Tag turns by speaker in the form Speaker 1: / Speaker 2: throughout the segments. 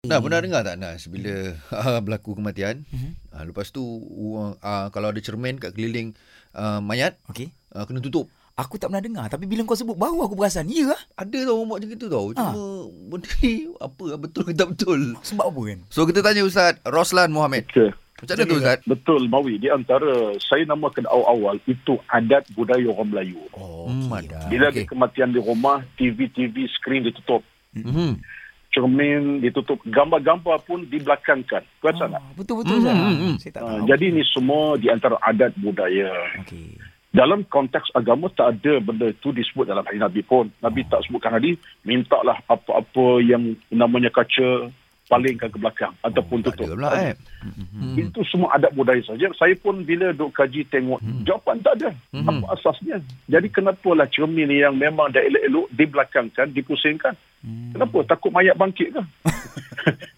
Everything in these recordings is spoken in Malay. Speaker 1: Nah, pernah dengar tak Nas bila uh, berlaku kematian? Mm-hmm. Uh, lepas tu uh, uh, kalau ada cermin kat keliling uh, mayat,
Speaker 2: Okey.
Speaker 1: uh, kena tutup.
Speaker 2: Aku tak pernah dengar tapi bila kau sebut baru aku perasan. Ya ah.
Speaker 1: Ada tau orang buat macam itu tau. Cuma benda ni apa ah, betul ke tak betul.
Speaker 2: Sebab apa kan?
Speaker 1: So kita tanya Ustaz Roslan Mohamed.
Speaker 3: Okey.
Speaker 1: Macam mana tu Ustaz?
Speaker 3: Betul Mawi di antara saya namakan awal-awal itu adat budaya orang Melayu.
Speaker 2: Oh,
Speaker 1: Hmm,
Speaker 2: okey.
Speaker 1: ada.
Speaker 3: Bila
Speaker 1: Okey.
Speaker 3: okay. kematian di rumah, TV-TV skrin ditutup,
Speaker 1: Mhm.
Speaker 3: cermin ditutup, gambar-gambar pun dibelakangkan. Kuasa
Speaker 2: Ah,
Speaker 3: tak?
Speaker 2: betul-betul
Speaker 1: Hmm,
Speaker 2: Zah.
Speaker 1: hmm, hmm.
Speaker 2: Saya tak
Speaker 3: Uh,
Speaker 2: tahu.
Speaker 3: jadi ini semua di antara adat budaya.
Speaker 2: okey.
Speaker 3: Dalam konteks agama tak ada benda itu disebut dalam hadis Nabi pun. Nabi tak sebutkan hadis, mintalah apa-apa yang namanya kaca palingkan ke belakang ataupun
Speaker 1: Tak
Speaker 3: tutup.
Speaker 1: ada pula
Speaker 3: Tak ada.
Speaker 1: eh.
Speaker 3: Hmm. Itu semua adat budaya saja. Saya pun bila duk kaji tengok, hmm. jawapan tak ada. Hmm. Apa asasnya? Jadi kenapalah cermin yang memang dah elok-elok dibelakangkan, dipusingkan? Hmm. Kenapa? Takut mayat bangkit ke?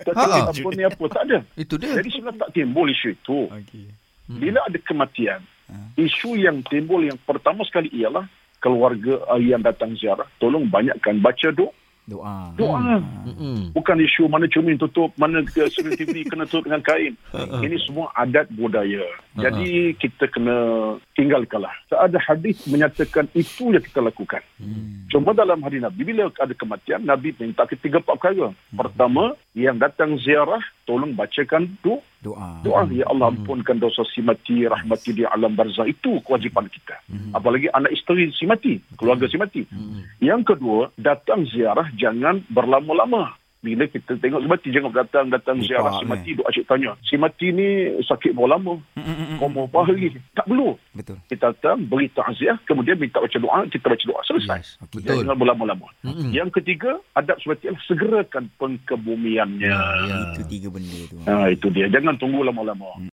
Speaker 3: tak
Speaker 1: Ha-ha.
Speaker 3: takut apa ni apa. Tak ada.
Speaker 1: Itu dia.
Speaker 3: Jadi sebenarnya tak timbul isu itu.
Speaker 2: Hmm. Okey.
Speaker 3: Bila ada kematian, isu yang timbul yang pertama sekali ialah keluarga ah, yang datang ziarah, tolong banyakkan baca doa.
Speaker 2: Doa. Hmm.
Speaker 3: Doa.
Speaker 1: Mhm.
Speaker 3: Bukan isu mana cermin tutup, mana ke- cermin TV kena tutup dengan kain. Ini semua adat budaya. Jadi kita kena tinggalkanlah. Ada hadis menyatakan itu yang kita lakukan. Cuma dalam hadis Nabi, bila ada kematian, Nabi minta ketiga empat perkara. Pertama, yang datang ziarah, tolong bacakan doa.
Speaker 2: Doa.
Speaker 3: Doa, Ya Allah ampunkan dosa si mati, rahmati di alam barzah. Itu kewajipan kita.
Speaker 2: Hmm.
Speaker 3: Apalagi anak isteri si mati, keluarga si mati. Yang kedua, datang ziarah jangan berlama-lama. Bila kita tengok si mati, jangan datang datang
Speaker 2: Lepak,
Speaker 3: ziarah si
Speaker 2: eh.
Speaker 3: mati, duk asyik tanya. Si mati ni sakit berapa lama?
Speaker 1: Hmm.
Speaker 3: Koma berapa hari? Tak perlu.
Speaker 2: Betul.
Speaker 3: Kita datang, beri takziah, kemudian minta baca doa, kita baca doa. Selesai.
Speaker 1: Yes.
Speaker 2: Okey.
Speaker 1: Hmm. Betul. Hmm.
Speaker 3: Jangan berlama-lama.
Speaker 1: Mm-mm.
Speaker 3: Yang ketiga, adab sebatilah segerakan pengkebumiannya.
Speaker 1: Ya.
Speaker 2: Itu tiga benda tu.
Speaker 3: Ah, Ha, itu dia. Jangan tunggu lama-lama.